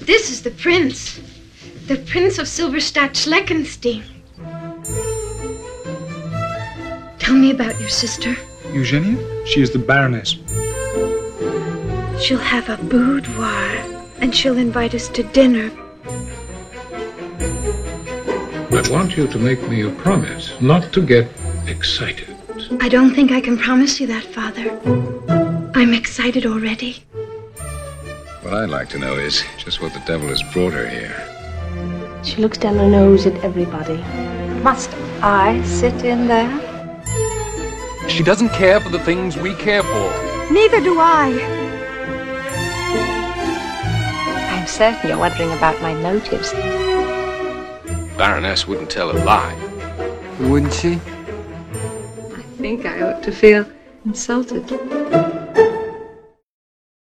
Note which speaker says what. Speaker 1: This is the prince. The prince of Silverstadt Schleckenstein. Tell me about your sister.
Speaker 2: Eugenia? She is the Baroness.
Speaker 1: She'll have a boudoir, and she'll invite us to dinner.
Speaker 3: I want you to make me a promise not to get excited.
Speaker 1: I don't think I can promise you that, Father. I'm excited already.
Speaker 3: What I'd like to know is just what the devil has brought her here.
Speaker 4: She looks down her nose at everybody.
Speaker 5: Must I sit in there?
Speaker 6: She doesn't care for the things we care for.
Speaker 1: Neither do I.
Speaker 5: I'm certain you're wondering about my motives.
Speaker 7: Baroness wouldn't tell a lie.
Speaker 6: Wouldn't she?
Speaker 5: I think I ought to feel insulted.